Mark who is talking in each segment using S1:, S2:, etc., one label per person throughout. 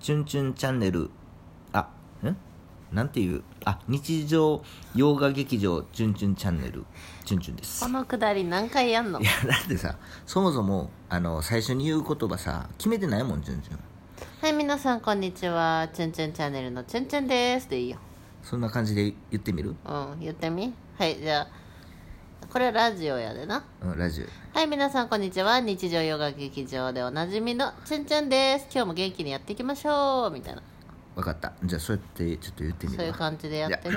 S1: チュンチュンチャンネル」あんなんていうあ日常洋画劇場「チュンチュンチャンネル」チュンチュンです
S2: このくだり何回やんの
S1: いやだってさそもそもあの最初に言う言葉さ決めてないもんチュンチュン
S2: はい皆さんこんにちはチュンチュンチャンネルのチュンチュンですでいいよ
S1: そんな感じで言ってみる、
S2: うん言ってみはいじゃあこれラジオやでな
S1: うん、ラジオ
S2: はい皆さんこんにちは日常ヨガ劇場でおなじみのチュンチュンです今日も元気にやっていきましょうみたいな
S1: わかったじゃあそうやってちょっと言ってみ
S2: そうい
S1: る
S2: う
S1: わ
S2: 感じでやってね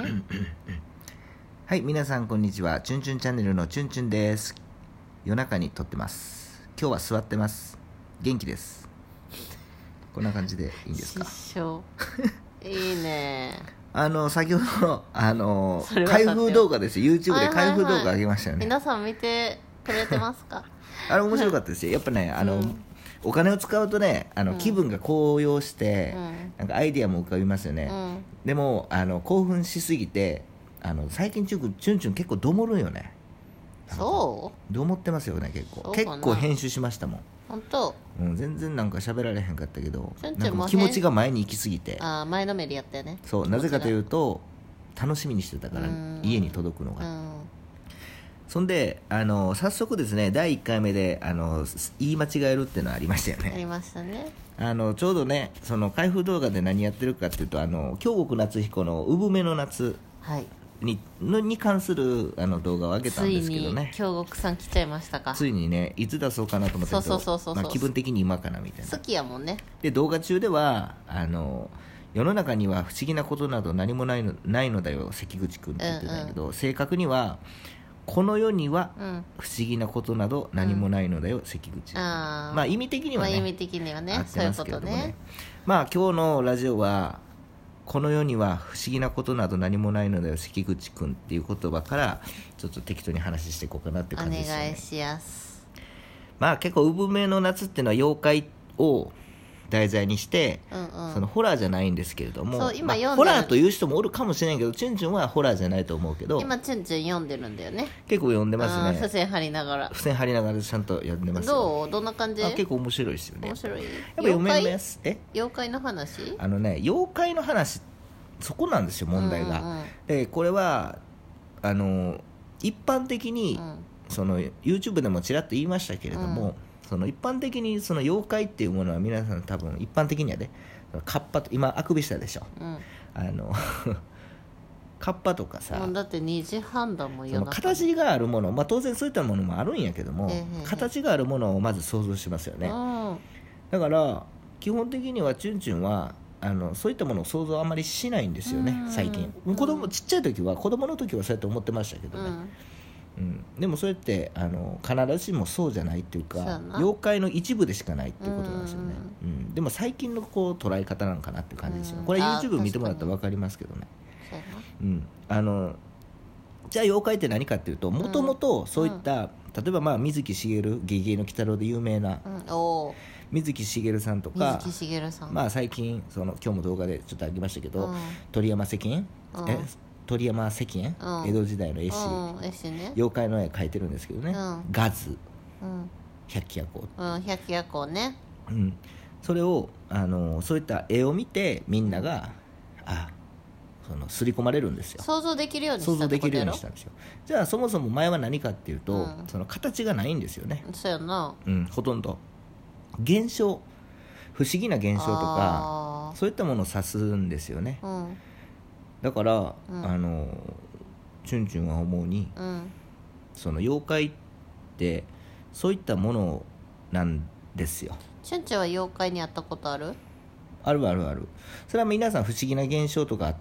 S1: はい皆さんこんにちはチュンチュンチャンネルのチュンチュンです夜中に撮ってます今日は座ってます元気ですこんな感じでいいんですか
S2: 失笑いいね
S1: あの 先ほどあの
S2: それはさ
S1: 開封動画です YouTube で開封動
S2: はいはい
S1: 画
S2: はい
S1: 上げましたよね、
S2: 皆さん見てくれてますか
S1: あれ面白かったですよやっぱねあの、
S2: うん
S1: お金を使うとねあの、気分が高揚して、
S2: うん
S1: なんかアイディアも浮かびますよ
S2: う
S1: ね、
S2: ん
S1: でもあの興奮しすぎてあの最近チュンチュンチュン結構どもるんよね
S2: そう
S1: どもってますよね結構
S2: そうか
S1: 結
S2: な
S1: 構編集しましたもん、
S2: 本当
S1: うん、全然なんか喋られへんかったけど
S2: チュンチュン
S1: なんかもう
S2: も
S1: 気
S2: 編
S1: 持ちが前に行きすぎて
S2: あー前のめりやったよね
S1: そうなぜかといううと楽しみにしてたから
S2: うん
S1: 家に届くの
S2: う
S1: が
S2: ん
S1: そんであの早速ですね第1回目であの言い間違えるっていうのはありましたよ
S2: あり
S1: ね
S2: ましたね
S1: あのちょうどねその開封動画で何やってるかっていうとあの京極夏彦の「産めの夏」
S2: はい
S1: にのに関するあの動画を上げた
S2: つ
S1: ん
S2: い
S1: ですけど
S2: に
S1: ね
S2: 京極さん来ちゃいましたか
S1: ついにねいつ出そうかなと思ったけ
S2: そ
S1: ど
S2: うそうそうそうそう
S1: まあ気分的に今かなみたいな
S2: 好きやもんね
S1: で動画中ではあの世の中には不思議なことなど何もないのないのだよ関口君って言ってたんやけど、正確にはこの世には
S2: うん
S1: 不思議なことなど何もないのだよ、関口
S2: あー
S1: まあ意味的に
S2: ま
S1: は
S2: あ
S1: ね、
S2: 意味的には
S1: 合
S2: ね
S1: っ
S2: そう
S1: て
S2: い
S1: ま
S2: う
S1: す
S2: こ
S1: けれ
S2: と
S1: どもね
S2: ね
S1: まあ今日のラジオはこの世には不思議なことなど何もないのだよ関口君っていう言葉からちょっと適当に話していこうかなって
S2: お
S1: 感じですよ
S2: 願
S1: ね
S2: いしやす
S1: まあ結構産めの夏っていうのは妖怪を題材にして、
S2: うんうん
S1: そのホラーじゃないんですけれども
S2: そう今
S1: まあ
S2: 読んでる
S1: ホラーという人もおるかもしれないけどチュンチュンはホラーじゃないと思うけど
S2: 今チュンチュン読んでるんだよね
S1: 結構読んでま
S2: あー
S1: す
S2: 付
S1: ね
S2: 箋貼りながら
S1: 付箋張りながらちゃんと読んでますよ
S2: どうどんな感じ
S1: あ結構面白いですよねや
S2: 面
S1: っぱ
S2: 白い
S1: 読め
S2: 妖
S1: や
S2: 怪
S1: すえ
S2: 妖怪の話
S1: あのね妖怪の話そこなんですよ問題が、
S2: うんうん
S1: でこれはあの一般的に、
S2: うん
S1: その YouTube でもちらっと言いましたけれども、
S2: うん
S1: その一般的にその妖怪っていうものは皆さん多分一般的にはねカッパと今あくびしたでしょ
S2: うん
S1: あの カッパとかさ
S2: もうだって2時半だもん
S1: そ
S2: 夜
S1: の
S2: 中
S1: 形があるもの、まあ、当然そういったものもあるんやけども、
S2: ええええ
S1: 形があるものをまず想像しますよ
S2: う
S1: ね、
S2: ん
S1: だから基本的にはチュンチュンはあのそういったものを想像あまりしないんですよね
S2: うん
S1: 最近
S2: うん
S1: 子供ちっちゃい時は子供の時はそうやって思ってましたけど
S2: う
S1: ね、
S2: ん
S1: うん、でもそれってあの必ずしもそうじゃないっていう
S2: そうや
S1: か
S2: な
S1: 妖怪の一部でしかないっていうことなんですよね、うんでも最近のこう捉え方なんかなっていう感じですよね
S2: うん
S1: これ
S2: あ
S1: YouTube 見てもらったら分かりますけどね、
S2: そうや
S1: うん、あのじゃあ妖怪って何かっていうともともとそういった、例えばまあ水木しげる「ゲゲゲの鬼太郎」で有名な
S2: なうんおお
S1: 水木しげるさんと
S2: 水
S1: か
S2: 木、しげるさん
S1: まあ、最近その今日も動画でちょっとあげましたけど、
S2: うん
S1: 鳥山石燕、
S2: うん
S1: え鳥山石燕、
S2: うん
S1: 江戸時代の絵師、
S2: うん絵師ね
S1: 妖怪の絵描いてるんですけどね、
S2: うん
S1: ガズ
S2: うん
S1: 百鬼夜行、
S2: うん百鬼夜行ね
S1: うん、それをあのそういった絵を見てみんながあその刷り込まれるんですよ
S2: 想像できるように
S1: 想
S2: し
S1: 像
S2: たって
S1: で
S2: こ
S1: き
S2: と
S1: るよう
S2: や
S1: に
S2: ろ
S1: したんですよじゃあそもそも前は何かっていうと、
S2: うん
S1: その形がないんですよね、
S2: そうやな
S1: うん、ほとんど現象不思議な現象とか
S2: あ
S1: そういったものを指すんですよね
S2: ーうん
S1: だから、
S2: うん
S1: あのチュンチュンは思うに
S2: うん
S1: その妖怪ってそういったものなんですよ
S2: チュンチュンは妖怪に会ったことある
S1: あるあるあるそれは皆さん不思議な現象とか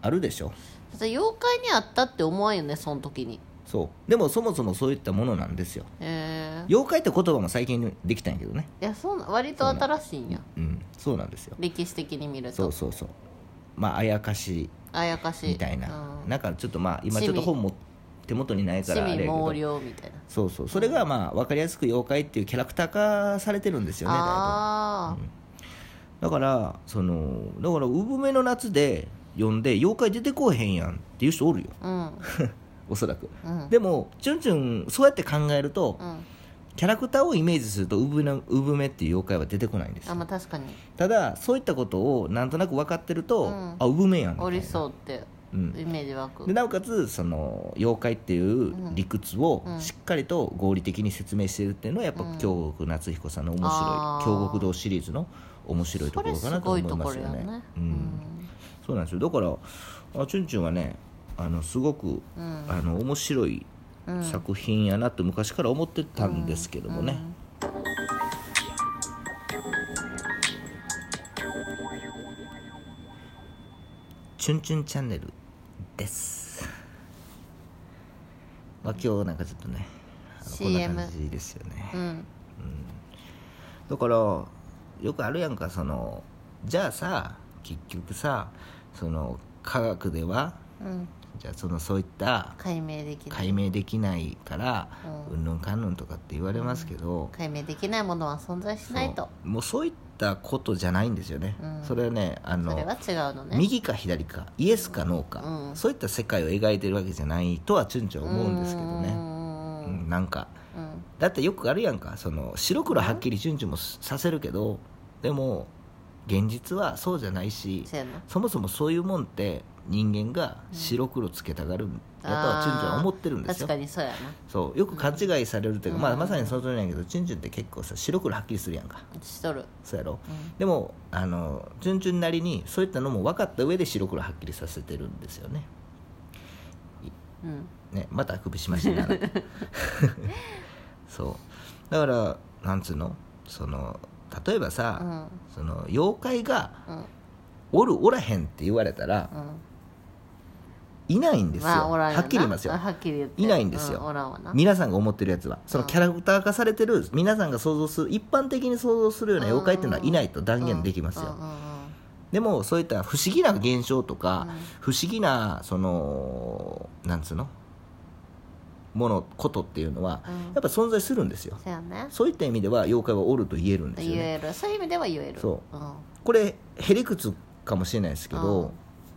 S1: あるでしょ
S2: だって妖怪に会ったって思わんよねその時に
S1: そうでもそもそもそういったものなんですよ
S2: ええ
S1: 妖怪って言葉も最近できたんやけどね
S2: いやそうな割と新しいんや
S1: うんそうなんですよ
S2: 歴史的に見る
S1: そ
S2: と
S1: うそうそうまああやかし
S2: あやかし
S1: みたいな、
S2: うん
S1: なんかちょっとまあ今
S2: 趣味
S1: ちょっと本も手元にないからあれや
S2: 趣味
S1: け
S2: 毛
S1: ど
S2: 量みたいな
S1: そうそうそれがまあ分かりやすく妖怪っていうキャラクター化されてるんですよねだいぶ
S2: あ
S1: だからそのだから産めの夏で呼んで妖怪出てこうへんやんっていう人おるよ
S2: あうん
S1: おそらく
S2: うん
S1: でもチュンチュンそうやって考えると
S2: うん
S1: キャラクターをイメージすると産め産めっていう妖怪は出てこないんですよ
S2: あまあ確かに
S1: ただそういったことをなんとなく分かってると、
S2: うん
S1: あ産めやんみた
S2: お
S1: い
S2: り
S1: な
S2: そうって
S1: うん
S2: イメージ湧く、
S1: でなおかつその妖怪っていう理屈を
S2: うん
S1: しっかりと合理的に説明してるっていうのはやっぱ
S2: うん
S1: 京極夏彦さんの面
S2: あ
S1: 白い
S2: ー
S1: 京極堂シリーズの面白いと
S2: そ
S1: ころ
S2: れ
S1: か
S2: す
S1: なと
S2: ご
S1: 思
S2: い
S1: い
S2: と
S1: ま
S2: こ
S1: す
S2: ろ
S1: よ
S2: や
S1: ね
S2: ね
S1: う、
S2: うんん
S1: そうなんですよだからあチュンチュンはねあのすごく
S2: うん
S1: あの面白い
S2: うん
S1: 作品やなと昔から思ってたんですけどもね、チュンチュンチャンネルです。まあ今日なんかちょっとね、あのこんな
S2: CM
S1: 感じですよね
S2: う。ん
S1: だからよくあるやんかそのじゃあさ結局さその科学では
S2: うん
S1: じゃあそのそういった
S2: 解明できない
S1: 解明できないから
S2: う
S1: うんぬんかんぬんとかって言われますけど、
S2: 解明できないものは存在しないと
S1: そうもうそういったことじゃないんですよね。
S2: うん
S1: それはねあ
S2: そ
S1: の
S2: れは違うのね
S1: 右か左かイエスかノーか、
S2: うん
S1: そういった世界を描いてるわけじゃないとはチュンチュンは思うんですけど
S2: う
S1: ね、
S2: ん
S1: うんなんか
S2: うん
S1: だってよくあるやんかその白黒はっきりチュンチュンもさせるけどでも現実はそうじゃないし
S2: せやな
S1: そもそもそういうもんって人間が白黒つけたがるんだとはチュンチュンは思ってるんです
S2: 確
S1: よ
S2: かにそうやな
S1: そうよく勘違いされるというか、
S2: うん
S1: まあ、まさにその通りなんやけどチュンチュンって結構さ白黒はっきりするやんか
S2: しとる
S1: そうやろ
S2: うん
S1: でもあの順々なりにそういったのも分かった上で白黒はっきりさせてるんですよね
S2: うん
S1: ねまたあくびしましたねそうだからなんつうのその例えばさ、
S2: うん
S1: その妖怪が
S2: うん
S1: おるおらへんって言われたらいないんですよ、
S2: まあおらんよな
S1: はっきり言いますよ
S2: あはっきり言って
S1: いないんですよ
S2: うおらんわな
S1: 皆さんが思ってるやつはその
S2: うん
S1: キャラクター化されてる皆さんが想像する一般的に想像するような妖怪っていうのはいないと断言できますよ、
S2: うんうんうん
S1: でもそういった不思議な現象とか、
S2: うん
S1: 不思議なそのなんつうのものことっていうのは、
S2: うん
S1: やっぱ存在するんですよ
S2: そうやね
S1: そういった意味では妖怪はおると言えるんですよ
S2: 言
S1: ね
S2: えるそういう意味では言える
S1: そ
S2: うんま
S1: これへりくつかもしれないですけど、
S2: うん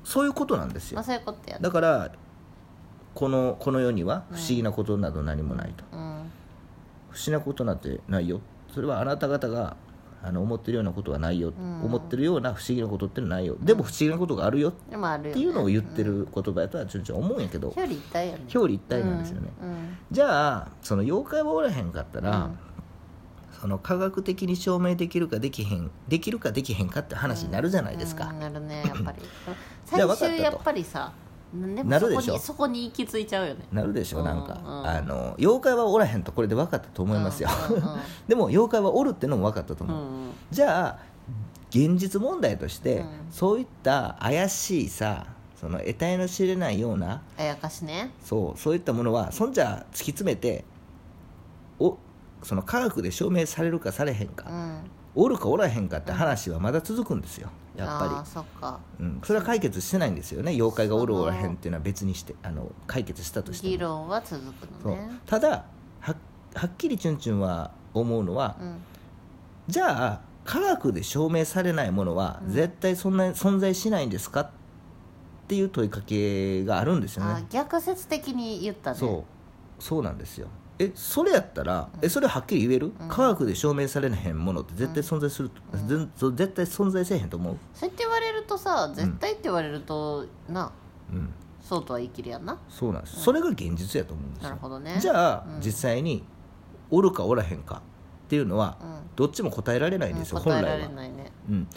S1: そういうことなんですよ
S2: あそういうことやね
S1: だからこのこの世には不思議なことなど何もないと、
S2: うん
S1: 不思議なことなんてないよそれはあなた方があの思ってるようなことはないよ、
S2: ん
S1: 思ってるような不思議なことってのはないよでも不思議なことがあるよ
S2: でもあるよね
S1: っていうのを言ってる言葉やとはちょいちょい思うんやけど
S2: 表裏一体やね
S1: 表裏一体なんですよね、
S2: うん
S1: じゃあその妖怪はおらへんかったら、その科学的に証明できるかできへんできるかできへんかって話になるじゃないですか、
S2: うんなるねやっぱり
S1: じゃあ分
S2: 最
S1: かったと
S2: 終やっぱりさでも
S1: な
S2: そ
S1: る
S2: こ
S1: でしょ
S2: にそこに行き着いちゃうよね
S1: なるでしょ
S2: うん
S1: なんか、
S2: うん
S1: あの妖怪はおらへんとこれで分かったと思いますよ、
S2: うんうんうん
S1: でも妖怪はおるってのも分かったと
S2: う
S1: 思う、
S2: ん
S1: じゃあ現実問題として、
S2: うん
S1: そういった怪しいさその得体の知れないような
S2: あやかしね
S1: そうそういったものはそんじゃ突き詰めておその科学で証明されるかされへん
S2: う
S1: か、
S2: ん
S1: おるかおらへんかって話はまだ続くんですよやっ
S2: あー
S1: ぱ
S2: そっか
S1: り、うん、それは解決してないんですよね妖怪がおるおらへんっていうのは別にしてあの解決したとして
S2: 議
S1: も
S2: 論は続く
S1: そ
S2: の
S1: う
S2: ね
S1: ただははっきりチュンチュンは思うのは、
S2: うん
S1: じゃあ科学で証明されないものは
S2: うん
S1: 絶対そんな存在しないんですかっていう問いかけがあるんですよ
S2: あ
S1: ね
S2: 逆説的に言ったね
S1: そうそうなんですよえそれやったら、えそれはっきり言える、
S2: うん
S1: 科学で証明されへんものって絶対存在する、ぜんそう絶対存在せえへんと思う、
S2: そうやって言われるとさ絶対って言われると、な
S1: うん、
S2: そうとは言い切りやんな
S1: そうなんです、それが現実やと思うんですよ
S2: なるほどね
S1: じゃあ、
S2: うん
S1: 実際におるかおらへんかっていうのは、
S2: うん
S1: どっちも答えられないんですよ、
S2: うん
S1: 本
S2: 答え
S1: 来
S2: られ
S1: は、
S2: ないね
S1: うん、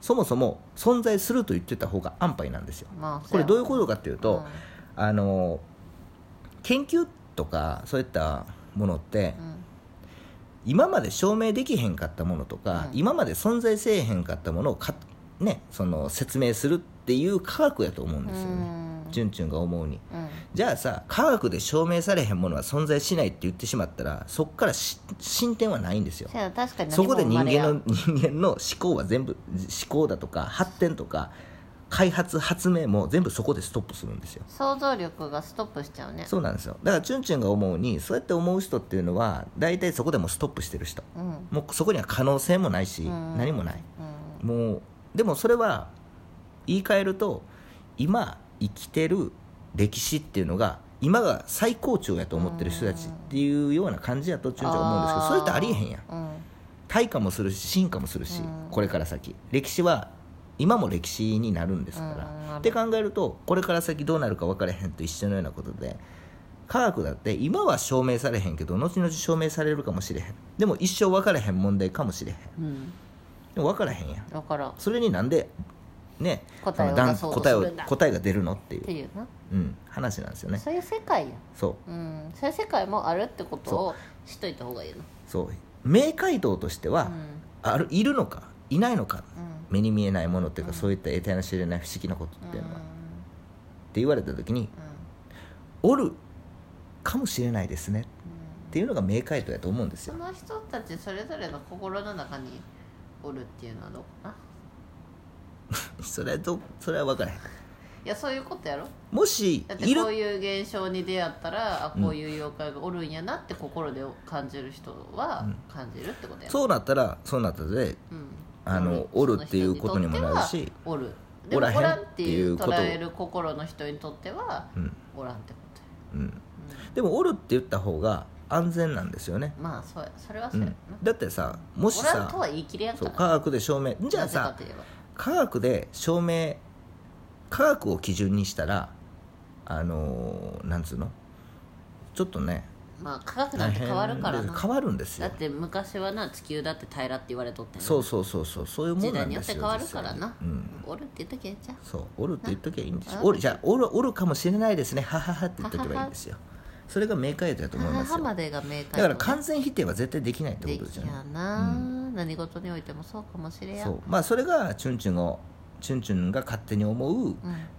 S1: そもそも存在すると言ってた方が安牌なんですよ
S2: まあ
S1: これどういううことかっていう、
S2: こと
S1: あの研究とかそういったものって、
S2: うん
S1: 今まで証明できへんかったものとか、
S2: うん
S1: 今まで存在せえへんかったものをか、ね、その説明するっていう科学やと思うんですよね、チュンチュンが思うに
S2: うん
S1: じゃあさ科学で証明されへんものは存在しないって言ってしまったらそこからし進展はないんですよ
S2: せや確かに
S1: そ
S2: 何も
S1: こで
S2: 生
S1: 人
S2: まれや
S1: 間の人間の思考は全部思考だとか発展とか開発発明も全部そこでストップするんですよ
S2: 想像力がストップしちゃうね
S1: そうなんですよだからチュンチュンが思うにそうやって思う人っていうのは大体そこでもうストップしてる人
S2: うんうん
S1: もうそこには可能性もないし
S2: うん
S1: 何もないもうでもそれは言い換えると今生きてる歴史っていうのが今が最高潮やと思ってる人たちっていうような感じやとチュンチュンは思うんですけどそれってありえへんやん
S2: うん
S1: 退化もするし進化もするし、
S2: うん
S1: これから先歴史は今も歴史になるんですから、
S2: うんうん
S1: って考えるとこれから先どうなるか分からへんと一緒のようなことで科学だって今は証明されへんけど後々証明されるかもしれへんでも一生分からへん問題かもしれへん
S2: うん
S1: でも分からへんやん
S2: だからっ
S1: それになんでね
S2: 答えを
S1: その
S2: 出そうと
S1: 答えを
S2: するんだ
S1: 答えが出るのっていう
S2: て、いうな
S1: うん、話なんですよね
S2: そういう世界や
S1: そう
S2: うんそういう世界もあるってことをしといた方がいいの
S1: そう明解答としては、
S2: うん
S1: あるいるのかいないのか
S2: うん
S1: 目に見えないものっていうか、
S2: うん
S1: そういった得体の知れない不思議なことっていうのは、
S2: う
S1: って
S2: ん
S1: 言われた時に
S2: うん
S1: おるかもしれないですね
S2: う
S1: っ
S2: ん
S1: ていうのが明解答やと思うんです
S2: そ
S1: よ
S2: の人たちそれぞれの心の中におるっていうのはどうかな
S1: それとそれは分からへん
S2: いやそういうことやろ
S1: もし
S2: だって
S1: いる
S2: こういう現象に出会ったらあ
S1: うん
S2: こういう妖怪がおるんやなって心で感じる人は感じるってことやろ、
S1: そうなったらそうなったで
S2: うん
S1: あの
S2: そ
S1: おるっていうことにもなるし
S2: その人にとってはおるで
S1: おらへ
S2: も
S1: ん
S2: おらんっていう
S1: っていうこと
S2: 捉える心の人にとっては
S1: うん
S2: おらんってことや
S1: うんでもおるって言った方が安全なんですよね、
S2: まあそうやそれは
S1: う
S2: そうや
S1: ん
S2: な、、
S1: だってさもし
S2: おらんとは
S1: さ
S2: 言い切れやんか
S1: そう
S2: ら
S1: 科学で証明じゃあ
S2: な
S1: さ
S2: ぜかといえば
S1: 科学で証明科学を基準にしたらあのーなんつうのちょっとね
S2: まあ科学なんて変わるか
S1: 大
S2: ら
S1: 変
S2: な
S1: です変わるんです
S2: だ
S1: よ
S2: って昔はな地球だって平らって言われとってんな
S1: そうそうそうそうそういうも
S2: 時
S1: んな
S2: 代
S1: ん
S2: によ
S1: で
S2: っ
S1: す
S2: て
S1: よ
S2: 変わるからな、
S1: 実際うん
S2: おるって言っとけじゃ
S1: そうおるって言っときゃいいんですよ
S2: あ
S1: おるじゃあおるおるかもしれないですねはははって言っとけばいいんですよそれが明快度だと
S2: あ
S1: 思います
S2: 母
S1: よ
S2: ま
S1: だ
S2: でが明確
S1: から完全否定は絶対できないって
S2: で
S1: ことです
S2: き
S1: よ
S2: や
S1: ね
S2: な、何事においてもそうかもしれや
S1: そうまあそれがチュンチュンのチュンチュンが勝手に思う、
S2: うん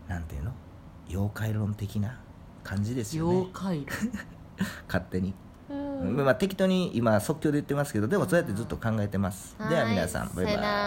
S1: なんていうの妖怪論的な感じですよね
S2: 妖 怪
S1: 勝手に
S2: う
S1: まあ、適当に今即興で言ってますけどでもそうやってずっと考えてます、では皆さん
S2: い
S1: バイバイ
S2: さよなら